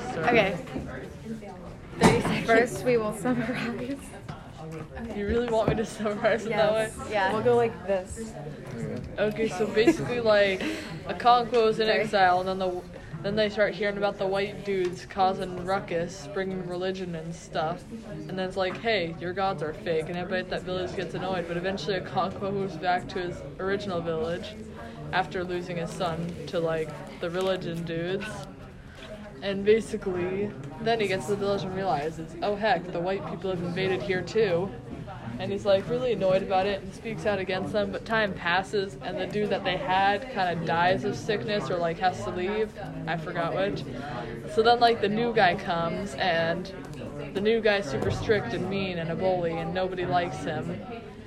Okay. First, we will summarize. You really want me to summarize it Yes. that way? Yeah. We'll go like this. Okay, so basically, like, a conquo is in exile, and then the then they start hearing about the white dudes causing ruckus, bringing religion and stuff, and then it's like, hey, your gods are fake, and everybody at that village gets annoyed. But eventually, a conquo moves back to his original village after losing his son to like the religion dudes. And basically, then he gets to the village and realizes, oh heck, the white people have invaded here too. And he's like really annoyed about it and speaks out against them. But time passes, and the dude that they had kind of dies of sickness or like has to leave. I forgot which. So then, like, the new guy comes, and the new guy's super strict and mean and a bully, and nobody likes him.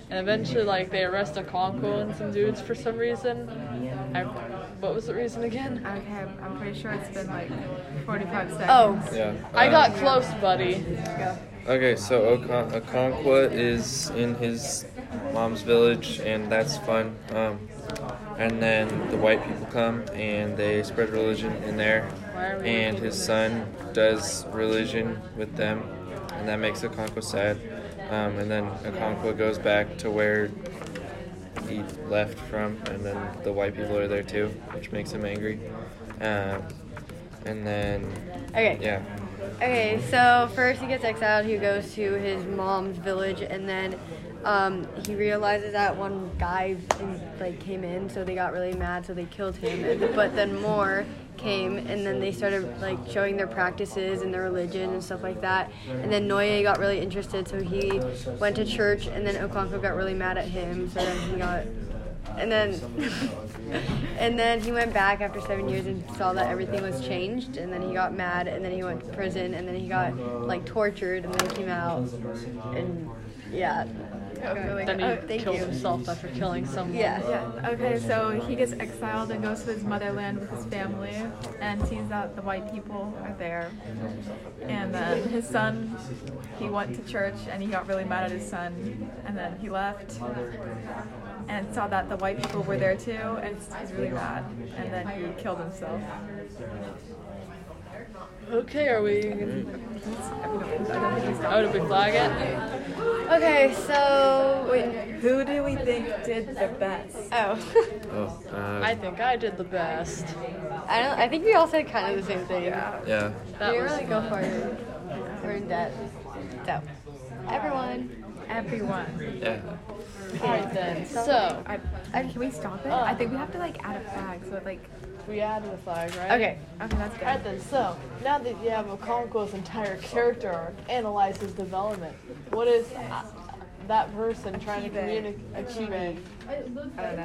And eventually, like, they arrest a Conquo and some dudes for some reason. I, what was the reason again? Okay, I'm pretty sure it's been like 45 seconds. Oh, Yeah. I um, got close, buddy. Okay, so Okon- Okonkwa is in his mom's village, and that's fun. Um, and then the white people come, and they spread religion in there. Why are we And looking his at son does religion with them, and that makes Okonkwa sad. Um, and then Okonkwa goes back to where he left from, and then the white people are there too, which makes him angry. Um, and then, Okay. yeah. Okay, so first he gets exiled. He goes to his mom's village, and then um, he realizes that one guy like came in, so they got really mad, so they killed him. And- But then more came, and then they started like showing their practices and their religion and stuff like that. And then Noye got really interested, so he went to church, and then Okonkwo got really mad at him, so then he got. And then, and then he went back after seven years and saw that everything was changed. And then he got mad. And then he went to prison. And then he got like tortured. And then he came out. And yeah, Then he Oh, thank killed you. himself after killing someone. yeah. Yeah, okay, so he gets exiled and goes to his motherland with his family and sees that the white people are there. And then his son, he went to church and he got really mad at his son. And then he left and saw that the white people were there too and he's really mad. And then he killed himself. Okay, are we? Oh, did we flag it? Okay, so wait. Who do we think did the best? Oh, Oh, uh, I think I did the best. I don't. I think we all said kind of the same thing. Yeah. yeah. That we was really go for it. We're in debt. So, everyone. Everyone. Yeah. alright then. So I, can we stop it? I think we have to like add a flag so it like. we added the flag, right? Okay. Okay, that's good. Alright then, so now that you have Okonkwo's entire character arc, analyze his development. What is uh, that person trying to communicate? Achieve.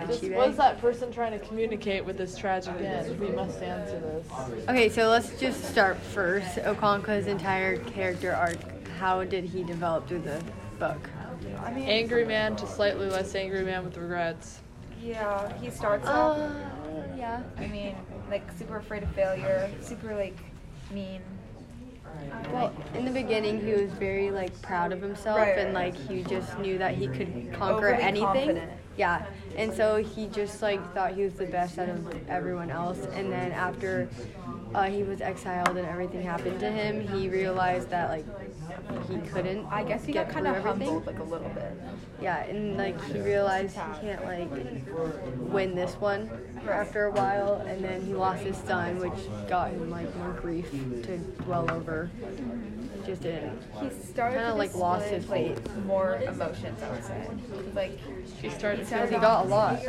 Just- What is that person trying to communicate with this tragic end? We must answer this. Okay, so let's just start first. Okonkwo's entire character arc. How did he develop through the book? Angry man to slightly less angry man with regrets. Yeah, he starts off. Uh, yeah. I mean, like super afraid of failure, super like mean. Well, in the beginning, he was very like proud of himself, Right, and right. like he just knew that he could conquer Overly anything. confident. Yeah, and so he just like thought he was the best out of everyone else. And then after uh, he was exiled and everything happened to him, he realized that like he couldn't. I guess he get got kind of through everything. humbled like a little bit. Yeah, and like he realized he can't like win this one after a while, and then he lost his son, which got him like more grief to dwell over. Just didn't. He started Kinda, to like, lost display, his like more emotions. I would say, like He started Because started he off got a lot.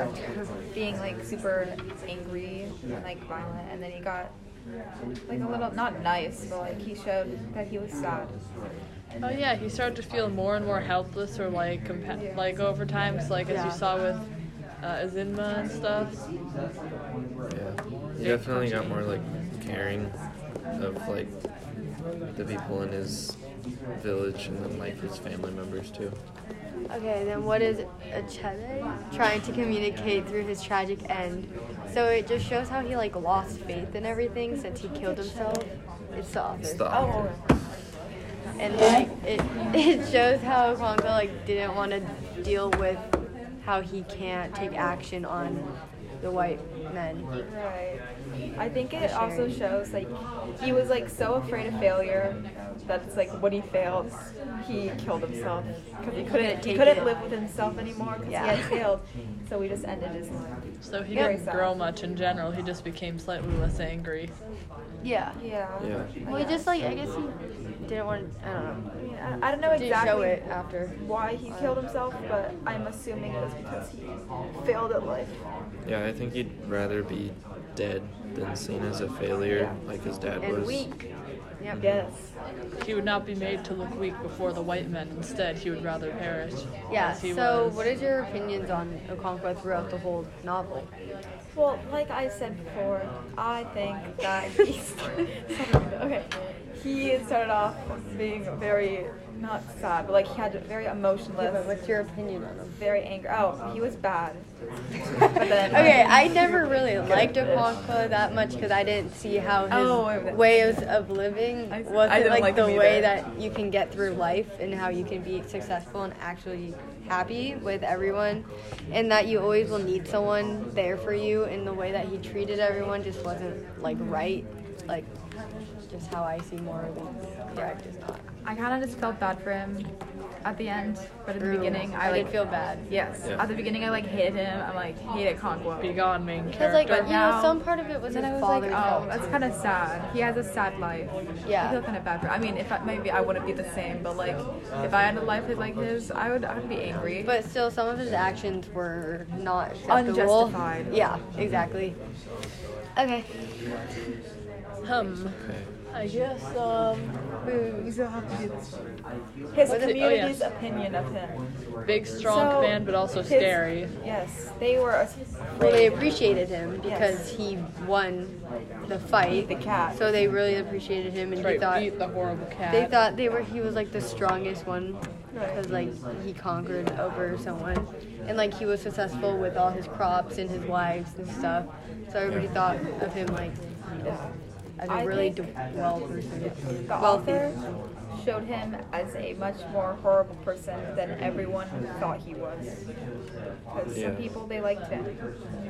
being like super angry and like violent, and then he got like a little not nice, but like he showed that he was sad. Oh yeah, he started to feel more and more helpless, or like compa- like over time, 'cause, like as Yeah. you saw with uh, Azinma and stuff. Yeah. He definitely got more like caring of like the people in his village and then like his family members too. Okay, then what is Achebe trying to communicate through his tragic end? So it just shows how he like lost faith in everything since he killed himself. It's the author. It's the author. and like it it shows how Okonkwo like didn't want to deal with how he can't take action on the white men. Right. I think it also shows like he was like so afraid of failure that it's like when he failed, he killed himself because he couldn't take couldn't it. live with himself anymore because Yeah. he had failed. So we just ended his. So he Yeah. didn't grow much in general. He just became slightly less angry. Yeah. Yeah. Yeah. Well, he just like I guess he didn't want. to, I don't know. I mean, I, I don't know Didn't show exactly it after. why he killed himself, but I'm assuming it was because he failed at life. Yeah, I think he'd rather be dead than seen as a failure like his dad And was. weak. Yep. Yes. He would not be made to look weak before the white men. Instead, he would rather perish. Yeah. as he So, was. what is your opinions on Okonkwo throughout the whole novel? Well, like I said before, I think that he's okay. He started off being very not sad, but like he had very But emotionless, what's your opinion on him? very angry. Oh, he was bad. but then, oh, Okay, I never really liked Okonkwo that much because I didn't see how his Oh, I- ways of living I- I wasn't didn't like, like the him way either. that you can get through life and how you can be successful and actually happy with everyone, and that you always will need someone there for you. And the way that he treated everyone just wasn't like right, like just how I see morally correct is not. I kind of just felt bad for him at the end, but at the True. beginning, I I like did feel bad. Yes. Yeah. At the beginning, I like hated him. I'm like hated Conquo. Be gone, main Because like character. you know, now- some part of it was And then I his was like, father's oh, fault. that's kind of sad. He has a sad life. Yeah. I feel kind of bad for. I mean, if I, maybe I wouldn't be the same, but like if I had a life like his, I would. I would be angry. But still, some of his actions were not acceptable. Unjustified. Yeah, exactly. Okay. Hmm. I guess um, we still have to do this. his Was it- oh, community's yes. opinion of him. big, strong So, man, but also his- scary. Yes, they were. Well, they appreciated him Yes. because he won the fight. Beat the cat. So they really appreciated him, and Right, he thought beat the horrible cat. they thought they were he was like the strongest one Right. because like he conquered over someone, and like he was successful with all his crops and his wives and stuff. So everybody thought of him like as a I really think- d- well person. The Wealthy. author showed him as a much more horrible person than everyone thought he was. Because Yeah. some people they liked him.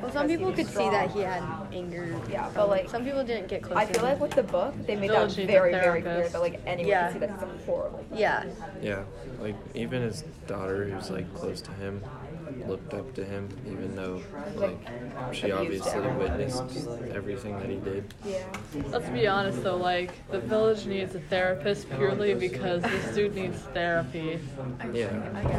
Well, some people Because he could was see that strong. he had anger. Yeah, from- but, like, some people didn't get close. I to feel him. like with the book they made Still that she's a very very clear therapist. that like anyone Yeah. can see that he's horrible. yeah, Yeah, like even his daughter, who's like close to him, looked up to him, even though like she Abused obviously him. witnessed everything that he did. Yeah. Let's be honest though, like the village needs a therapist purely because this dude needs therapy. Yeah,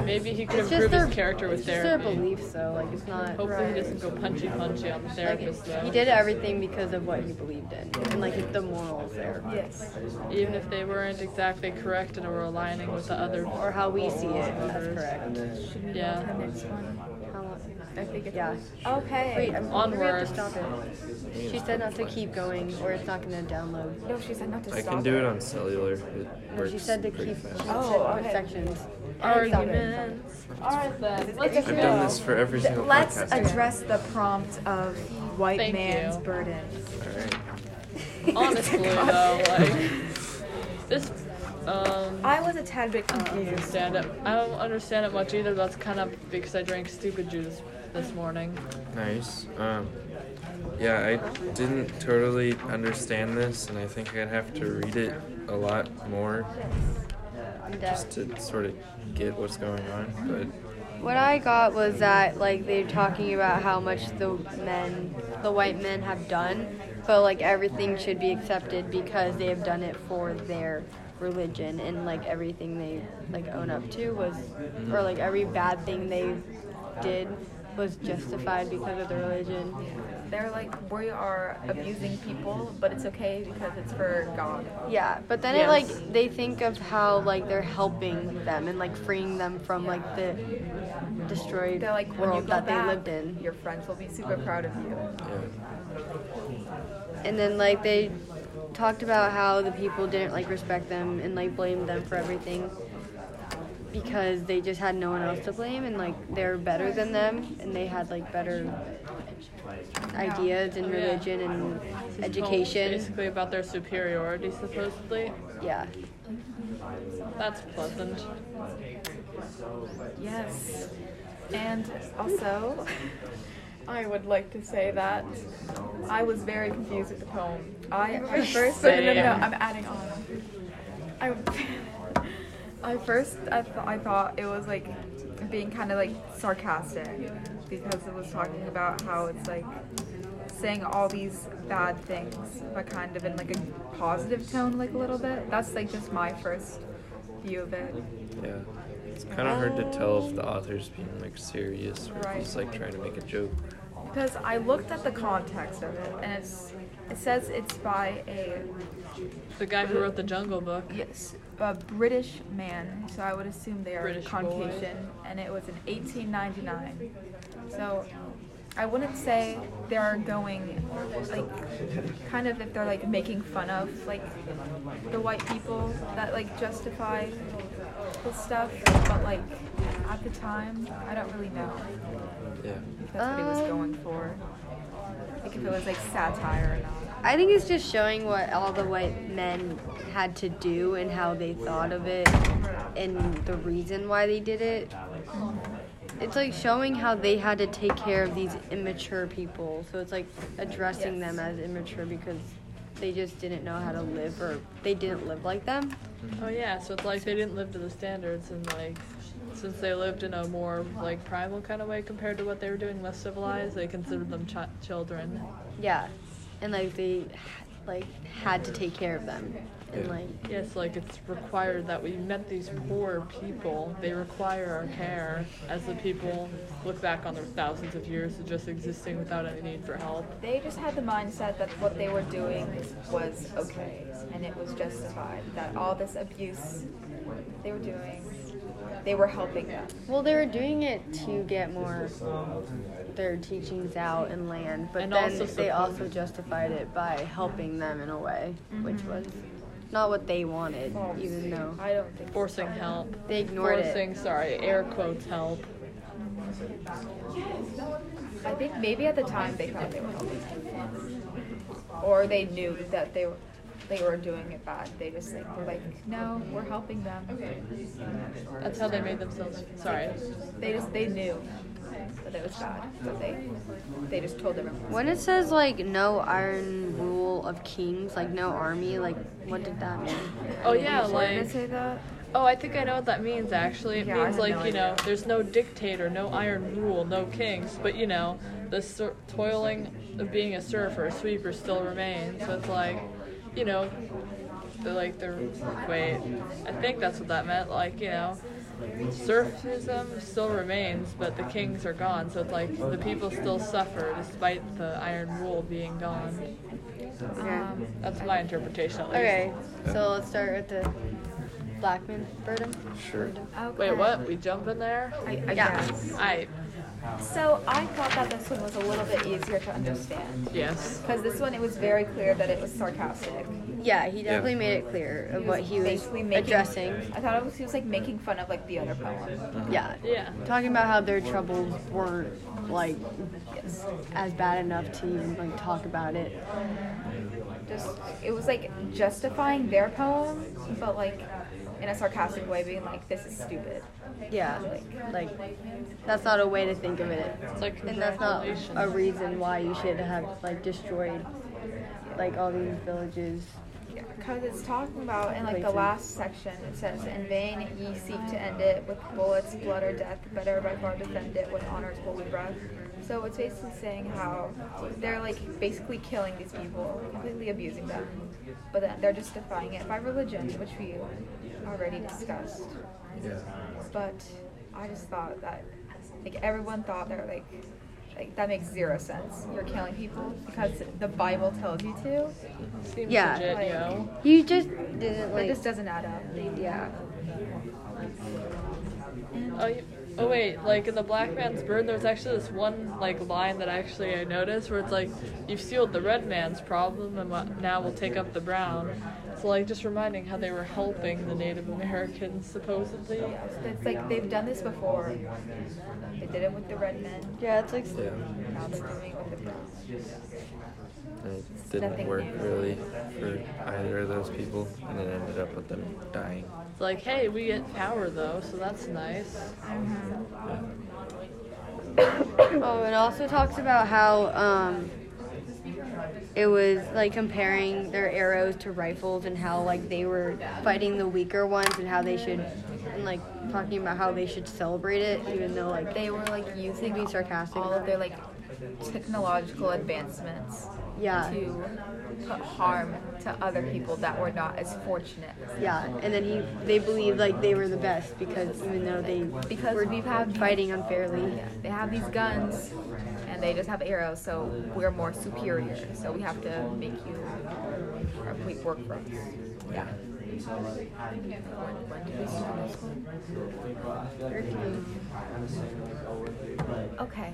Maybe he could it's improve just their his character with it's just their therapy. beliefs, though. Like it's not. Hopefully he doesn't go punchy punchy on the Like, therapist though. he did everything because of what he believed in, and like the morals there, Yes. Even if they weren't exactly correct and were aligning with the other or how we see it. That's correct. Yeah. How long? I think it's Yeah. Okay. Wait, I'm we have to Onwards. stop it. She said not to keep going, or it's not going to download. No, she said not to I stop. can do it on cellular. It No, works she said to pretty keep. She fast. said Oh, different okay. sections. Arguments. Alright then. Let's I've done this for every single Let's podcast. address the prompt of white Thank man's you. burden. Alright. honestly though, like this um I was a tad bit confused. understand it. I don't understand it much either. That's kind of because I drank stupid juice this morning. Nice. Um, yeah, I didn't totally understand this, and I think I'd have to read it a lot more just to sort of get what's going on. What I got was that like they're talking about how much the men, the white men, have done, but like everything should be accepted because they have done it for their religion and like everything they like own up to was, or like every bad thing they did was justified because of the religion. They're like, we are abusing people, but it's okay because it's for God. Yeah, but then it like they think of how like they're helping them and like freeing them from like the destroyed They're like, when you world go that back, they lived in. your friends will be super proud of you. But yeah, and then like they talked about how the people didn't like respect them and like blamed them for everything because they just had no one else to blame and like they're better than them and they had like better ideas and Yeah. religion and education Basically about their superiority, supposedly. yeah That's pleasant. Yes. And also, I would like to say that I was very confused with the poem. I I First, first no, no, no, no, Same. I'm adding on. I, I first I, th- I thought it was like being kind of like sarcastic because it was talking about how it's like saying all these bad things, but kind of in like a positive tone, like a little bit. That's like just my first view of it. Yeah. It's kind of hard to tell if the author's being like serious or if he's like trying to make a joke. Because I looked at the context of it, and it's it says it's by a The guy who wrote the Jungle Book. yes a British man, so I would assume they are British boy. Caucasian, and it was in 1899. So I wouldn't say they're going like kind of if they're like making fun of like the white people that like justify this stuff, but like at the time I don't really know Yeah. if that's what he was going for, like if it was like satire or not. I think it's just showing what all the white men had to do and how they thought of it and the reason why they did it. It's like showing how they had to take care of these immature people. So it's like addressing them as immature because they just didn't know how to live or they didn't live like them. Oh yeah, so it's like they didn't live to the standards, and like since they lived in a more like primal kind of way compared to what they were doing, less civilized, they considered them ch- children. Yeah. And like they like had to take care of them. And like Yes, like it's required that we met these poor people. They require our care as the people look back on their thousands of years of just existing without any need for help. They just had the mindset that what they were doing was okay and it was justified. That all this abuse they were doing, they were helping them. Well, they were doing it to get more their teachings out and land, but And then also they support also justified it by helping them in a way, Mm-hmm. which was not what they wanted, even though I don't think Forcing help. they ignored it. Forcing, sorry, air quotes help. I think maybe at the time they thought they were helping them. Or they knew that they were they were doing it bad. They just like were like, No, we're helping them. That's how they made themselves. Sorry. they just they knew that it was bad. But they they just told everyone. When it says like no iron rule of kings, like no army, like what did that mean? Oh yeah, like. Did I say that? Oh, I think I know what that means actually. It Yeah, I means had like, no you know, there's no dictator, no iron rule, no kings, but you know, the sur- toiling of being a serf or a sweeper still remains. So it's like, you know, they're like, they're, wait, I think that's what that meant. Like, you know, serfism still remains, but the kings are gone. So it's like, the people still suffer despite the iron rule being gone. Um, That's my interpretation at least. Okay, so let's start with the Blackman burden. Sure. Wait, what? We jump in there? I, I Yeah. guess. I, So I thought that this one was a little bit easier to understand. yes. Because this one it was very clear that it was sarcastic. Yeah, he definitely made it clear of what he was basically making- addressing. I thought it was he was like making fun of like the other poem. Yeah. Yeah. talking about how their troubles weren't like as bad enough to even like talk about it. Just it was like justifying their poem, but like in a sarcastic way, being like, "This is stupid." Yeah, like, that's not a way to think of it, It's like and that's not congratulations. a reason why you should have like destroyed like all these villages. Because it's talking about in like the last section, it says, "In vain ye seek to end it with bullets, blood, or death. Better by far defend it with honor's holy breath." So it's basically saying how they're like basically killing these people, completely abusing them, but then they're justifying it by religion, which we already discussed. Yeah. But I just thought that like everyone thought they're like like that makes zero sense. You're killing people because the Bible tells you to. Seems Yeah. legit, you know? You just didn't It like. just doesn't add up. Yeah. Oh, you, oh wait, like in the Black Man's Burden, there's actually this one like line that actually I noticed where it's like, you've sealed the red man's problem, and what- now we'll take up the brown. So like just reminding how they were helping the Native Americans supposedly. It's like they've done this before. They did it with the red men. Yeah, it's like Yeah. Now they're doing it with the brown. And it didn't Nothing work new. really for either of those people, and it ended up with them dying. It's like, hey, we get power though, so that's nice. Yeah. Oh, it also talks about how um, it was like comparing their arrows to rifles and how like they were fighting the weaker ones and how they should and like talking about how they should celebrate it even though like they They were like using being sarcastic all about of their like technological advancements yeah to put harm to other people that were not as fortunate. yeah and then he they believed like they were the best because even though they Because were we've had- fighting unfairly Yeah, they have these guns and they just have arrows, so we're more superior. So we have to make you our complete work for us. Yeah. When- when did we start this one? Okay.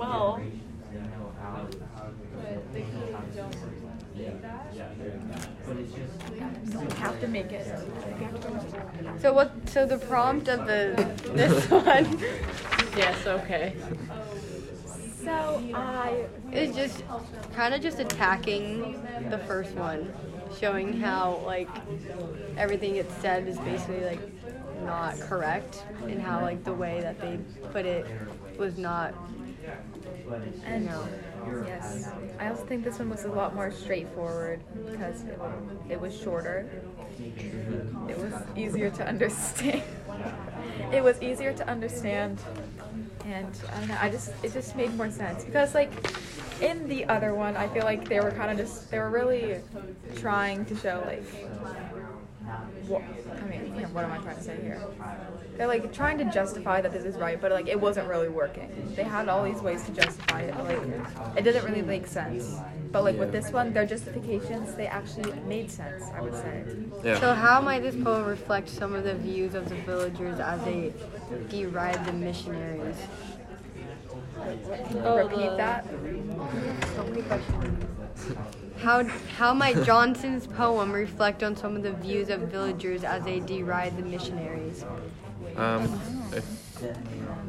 Well, We have to make it. so what so the prompt of the this one Yes, okay. So uh, I It's just kind of just attacking the first one, showing how like everything it said is basically like not correct, and how like the way that they put it was not. And yes, I also think this one was a lot more straightforward because it, it was shorter. it was easier to understand. it was easier to understand, and I don't know. I just it just made more sense because like in the other one, I feel like they were kind of just they were really trying to show like. What, I mean, yeah, what am I trying to say here? They're like trying to justify that this is right, but like it wasn't really working. They had all these ways to justify it, but like it didn't really make sense. But like with this one, their justifications they actually made sense. I would say. Yeah. So how might this poem reflect some of the views of the villagers as they deride the missionaries? repeat that. How how might Johnson's poem reflect on some of the views of villagers as they deride the missionaries? Um, I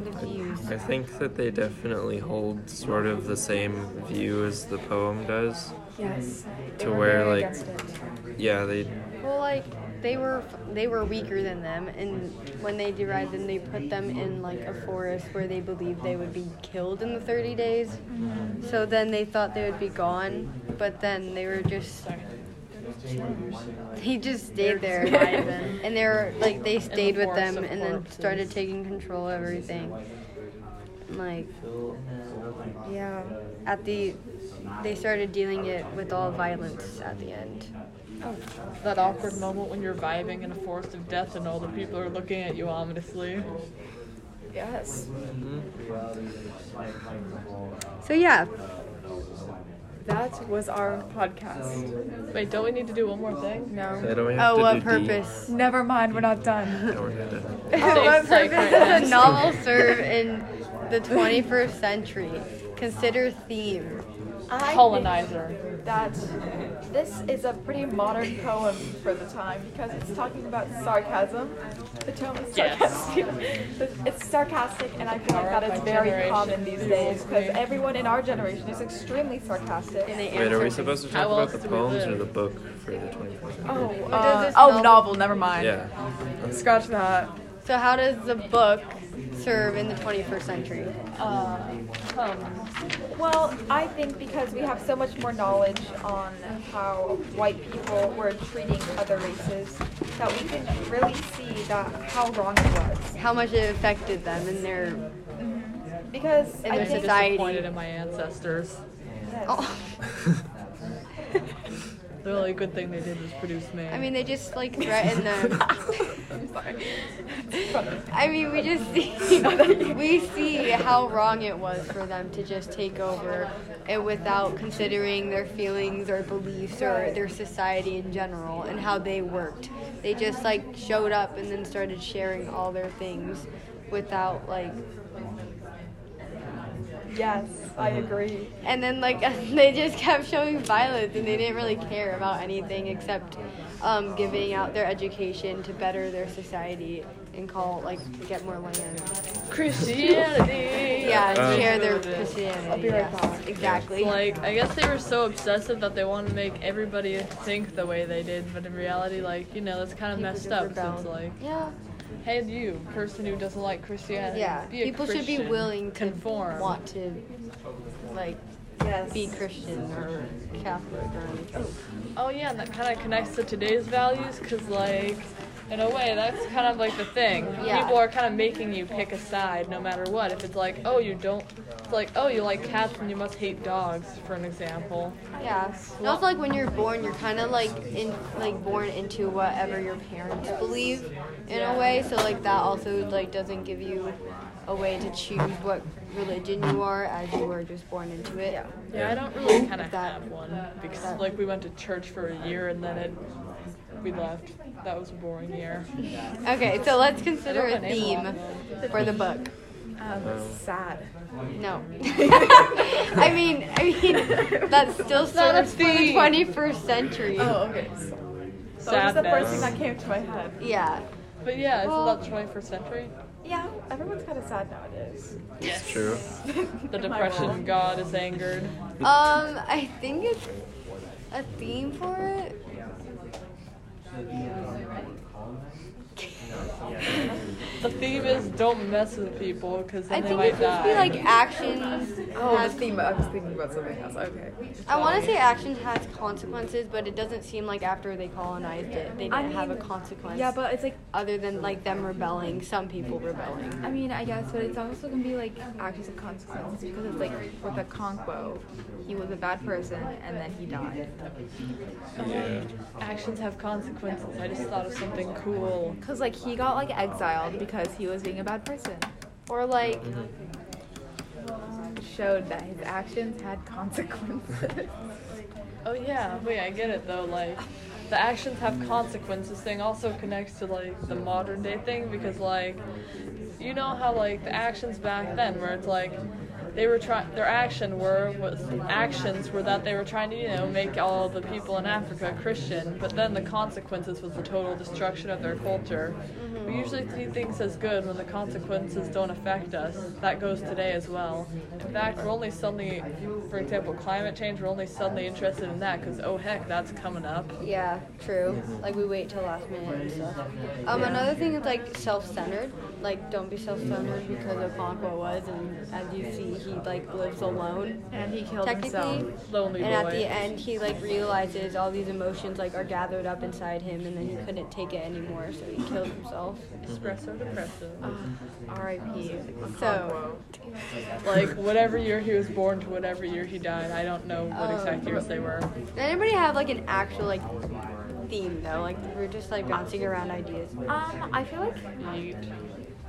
The views. I think that they definitely hold sort of the same view as the poem does. Yes. To where, like, yeah, they, Well, like they were they were weaker than them, and when they deride them, they put them in like a forest where they believed they would be killed in the 30 days. So then they thought they would be gone, but then they were just he just stayed there, and they were like they stayed with forest them, of and then corpses. started taking control of everything. And, Like yeah, at the they started dealing it with all violence at the end. That awkward moment when you're vibing in a forest of death and all the people are looking at you ominously. Yes. So yeah, That was our podcast. Wait, don't we need to do one more thing? No. they don't have Oh, to what do D. purpose? Never mind, we're not done. No, we're not done. Oh, what It's like- purpose does a novel serve in the 21st century? Consider theme. I Colonizer. think that this is a pretty modern poem for the time because it's talking about sarcasm. The tone is Yes. sarcastic. It's sarcastic, and I feel like that is very common these days because everyone in our generation is extremely sarcastic. And they Wait, are answer we supposed to talk How about else the do we poems or live? the book for the 24th? Oh, does this oh, novel- novel. Never mind. Yeah. Scratch that. me. So how does the book serve in the 21st century? Well, I think because we have so much more knowledge on how white people were treating other races that we can really see that how wrong it was. How much it affected them and their Because And I there's I'm a think Society. disappointed in my ancestors. yes. The only good thing they did was produce me. I mean, they just like threaten them. I mean, we just see we see how wrong it was for them to just take over and without considering their feelings or beliefs or their society in general and how they worked. They just like showed up and then started sharing all their things without like Yes, I agree. and then like they just kept showing violence and they didn't really care about anything except um, giving out their education to better their society and call like get more land Christianity. yeah Um, share their christianity i'll be right back exactly Like, I guess they were so obsessive that they wanted to make everybody think the way they did, but in reality, like, you know, that's kind of messed up. Since, like, yeah hey, you, person who doesn't like Christianity. Yeah, be a people should be Christian. willing to conform. want to, like, Yes. be Christian or Catholic or anything. Oh yeah, and that kind of connects to today's values, cause like, in a way, that's kind of like the thing. Yeah. People are kind of making you pick a side, no matter what. If it's like, oh, you don't, it's like, oh, you like cats and you must hate dogs, for an example. Yeah. And also, like when you're born, you're kind of like in like born into whatever your parents believe, in a way. So like that also like doesn't give you a way to choose what religion you are as you were just born into it. Yeah. Yeah, I don't really kind of That- have one because that- like we went to church for a year and then it, we left. That was a boring year. Okay, so let's consider a don't know theme anyone. for the book. Um, sad. No. I mean, I mean, that still not a serves for the theme. 21st century. Oh, okay. So that was the first thing that came to my head. Yeah. But yeah, isn't Well- that 21st century? Yeah, Oh, everyone's kind of sad nowadays. It's true. The Am I depression wrong? god is angered. Um, I think it's a theme for it. The theme is don't mess with people because I then they think it's might supposed to be die. like actions. Oh, the has- theme. I was thinking about something else. Okay. I want to say action has consequences, but it doesn't seem like after they colonized it, they didn't have a consequence. Yeah, but it's like other than like them rebelling, some people rebelling. I mean, I guess, but it's also gonna be like actions of consequence because it's like with a Conquo, he was a bad person and then he died. Yeah. actions have consequences. I just thought of something cool. Cause like he got like exiled because he was being a bad person, Or like, showed that his actions had consequences. Oh yeah, wait, I get it though. Like, the actions have consequences thing also connects to like the modern day thing because like, you know how like the actions back then where it's like, they were trying their action were was actions were that they were trying to you know make all the people in Africa Christian, but then the consequences was the total destruction of their culture. We usually see things as good when the consequences don't affect us. That goes today as well. In fact, we're only suddenly, for example, climate change. We're only suddenly interested in that because oh heck, that's coming up. yeah, true. Like we wait till last minute and stuff. Um, another thing is like self-centered. Like don't be self-centered because Okonkwo was, and as you see, he like lives alone. and he killed Technically, himself. Lonely and at boy. the end, he like realizes all these emotions like are gathered up inside him, and then he couldn't take it anymore, so he killed himself. Espresso depressive. R.I.P. So, Like whatever year he was born to whatever year he died, I don't know what exact years they were. did anybody have like an actual like theme though? Like we're just like bouncing around ideas. Um, I feel like Neat.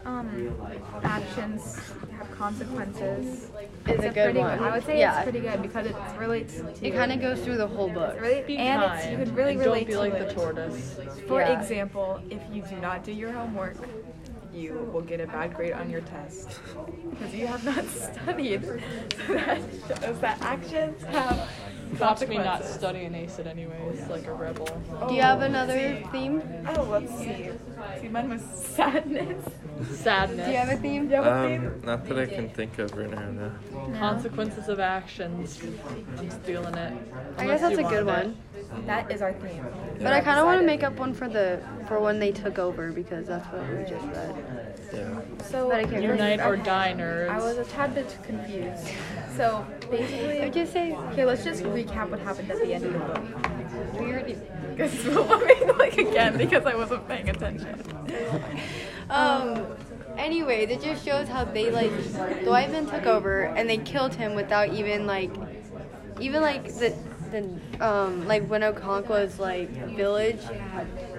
um actions have consequences. It's a good pretty, one. I would say Yeah. it's pretty good because it relates to It kind of goes through the whole book. really Be and it's, kind you could really and relate don't be to like it. the tortoise. For Yeah. example, if you do not do your homework, you will get a bad grade on your test because you have not studied. So that shows that actions have Stopped me not consequences. studying ACID anyways, like a rebel. Do you have another theme? Oh, let's see. See, mine was sadness. Sadness. Do you have a theme? Um, not that I can think of right now. No. Consequences of actions. I'm stealing it. I Unless guess that's you a good wanted one. That is our theme. But I kind of want to make up one for the for when they took over because that's what we just read. Yeah. So But I can't it. Unite or die nerds. I was a tad bit confused. So I basically, just say okay, let's just recap what happened at the end of the book. we already. Because like again because I wasn't paying attention. Um. Anyway, that just shows how they like the white men took over and they killed him without even like, even like the the um like when Okonkwo's like village,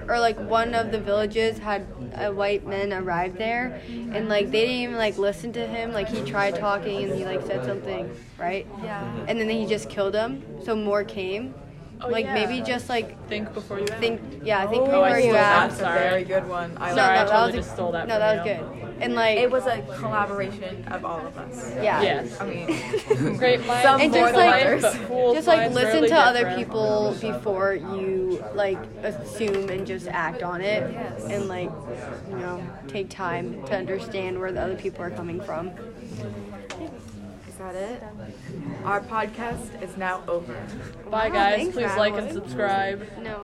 or like one of the villages had a white men arrived there, and like they didn't even like listen to him. Like he tried talking and he like said something right, Yeah. and then he just killed him. So more came. Oh, like yeah. maybe just like Think before you act. think yeah think Oh, I before you stole that. act. That's sorry. a very good one. I Sorry, No, no, I that totally was a- just stole that No, from that was you. good. And like, It was a collaboration of all of us. yeah. Yes. I mean, Great minds Some And think just more than alike, like, others. but fools' just like minds listen rarely to other differ. people before you like assume and just act on it, and like, you know, take time to understand where the other people are coming from. is that it? Our podcast is now over. Bye Wow, guys, thanks, please like and Madeline. subscribe. No.